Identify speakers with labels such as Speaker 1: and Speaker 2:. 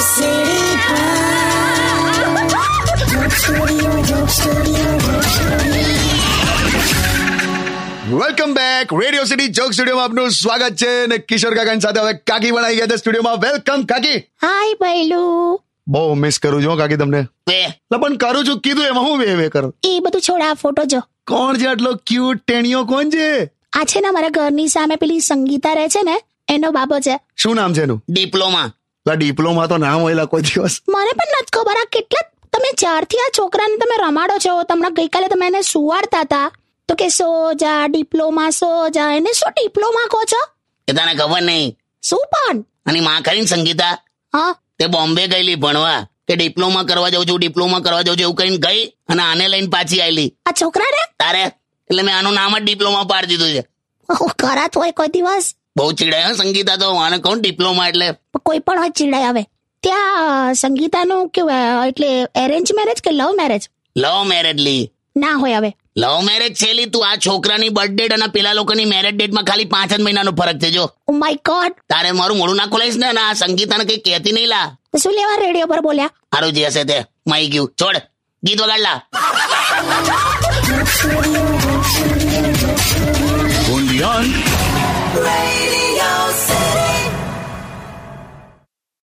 Speaker 1: સીડી
Speaker 2: welcome back radio city joke સ્ટુડિયોમાં આપનું સ્વાગત છે અને કિશોર કાકાની સાથે હવે કાકી પણ આવી ગયા છે સ્ટુડિયોમાં વેલકમ કાકી
Speaker 3: હાય બૈલું
Speaker 2: બહુ મિસ કરું છું હો કાકી તમને
Speaker 4: બે
Speaker 2: લા, પણ કરું છું કીધું એમાં હું વે વે કરો
Speaker 3: એ બધું છોડ આ ફોટો જો
Speaker 2: કોણ છે આટલો ક્યુટ ટેણીઓ કોણ છે
Speaker 3: આ છે ને મારા ઘરની સામે પેલી સંગીતા રહે છે ને એનો બાબો છે
Speaker 2: શું નામ છે એનું
Speaker 4: ડિપ્લોમા
Speaker 2: લા ડિપ્લોમા તો નામ હોય લા કોઈ દિવસ
Speaker 3: મને પણ નથી ખબર આ કેટલા તમે જ્યારથી આ છોકરાને તમે રમાડો છો તમને ગઈકાલે તમે એને સુવાડતા હતા તો કે સોજા ડિપ્લોમા સોજા એને શું ડિપ્લોમા કહો છો
Speaker 4: એ તને ખબર નહીં
Speaker 3: શું પણ
Speaker 4: અને માં કરીને સંગીતા
Speaker 3: હા
Speaker 4: તે બોમ્બે ગયેલી ભણવા કે ડિપ્લોમા કરવા જાઉં છું ડિપ્લોમા કરવા જાઉં છું એવું કહીને ગઈ અને આને લઈને પાછી આવેલી
Speaker 3: આ છોકરા રે
Speaker 4: તારે એટલે મેં આનું નામ જ ડિપ્લોમા પાડી દીધું છે
Speaker 3: કરાત હોય કોઈ દિવસ
Speaker 4: બહુ ચીડાય હો સંગીતા તો આને કોણ ડિપ્લોમા એટલે
Speaker 3: પણ કોઈ પણ હોય ચીડાય આવે ત્યાં સંગીતાનું કેવું અ, એટલે એરેન્જ મેરેજ કે લવ મેરેજ
Speaker 4: લવ મેરેજ લી
Speaker 3: ના હોય હવે
Speaker 4: લવ મેરેજ છે લી તું આ છોકરાની બર્થ ડેટ અને પેલા લોકોની મેરેજ ડેટમાં ખાલી પાંચ જ મહિનાનો ફરક છે જો
Speaker 3: ઓ માય ગોડ
Speaker 4: તારે મારું મોડું ના ખોલાઈશ ને અને આ સંગીતાને કઈ કહેતી નહીં લા
Speaker 3: શું લેવા રેડિયો પર બોલ્યા
Speaker 4: હારું જે હશે તે માઈ ગયું છોડ ગીત વગાડ લા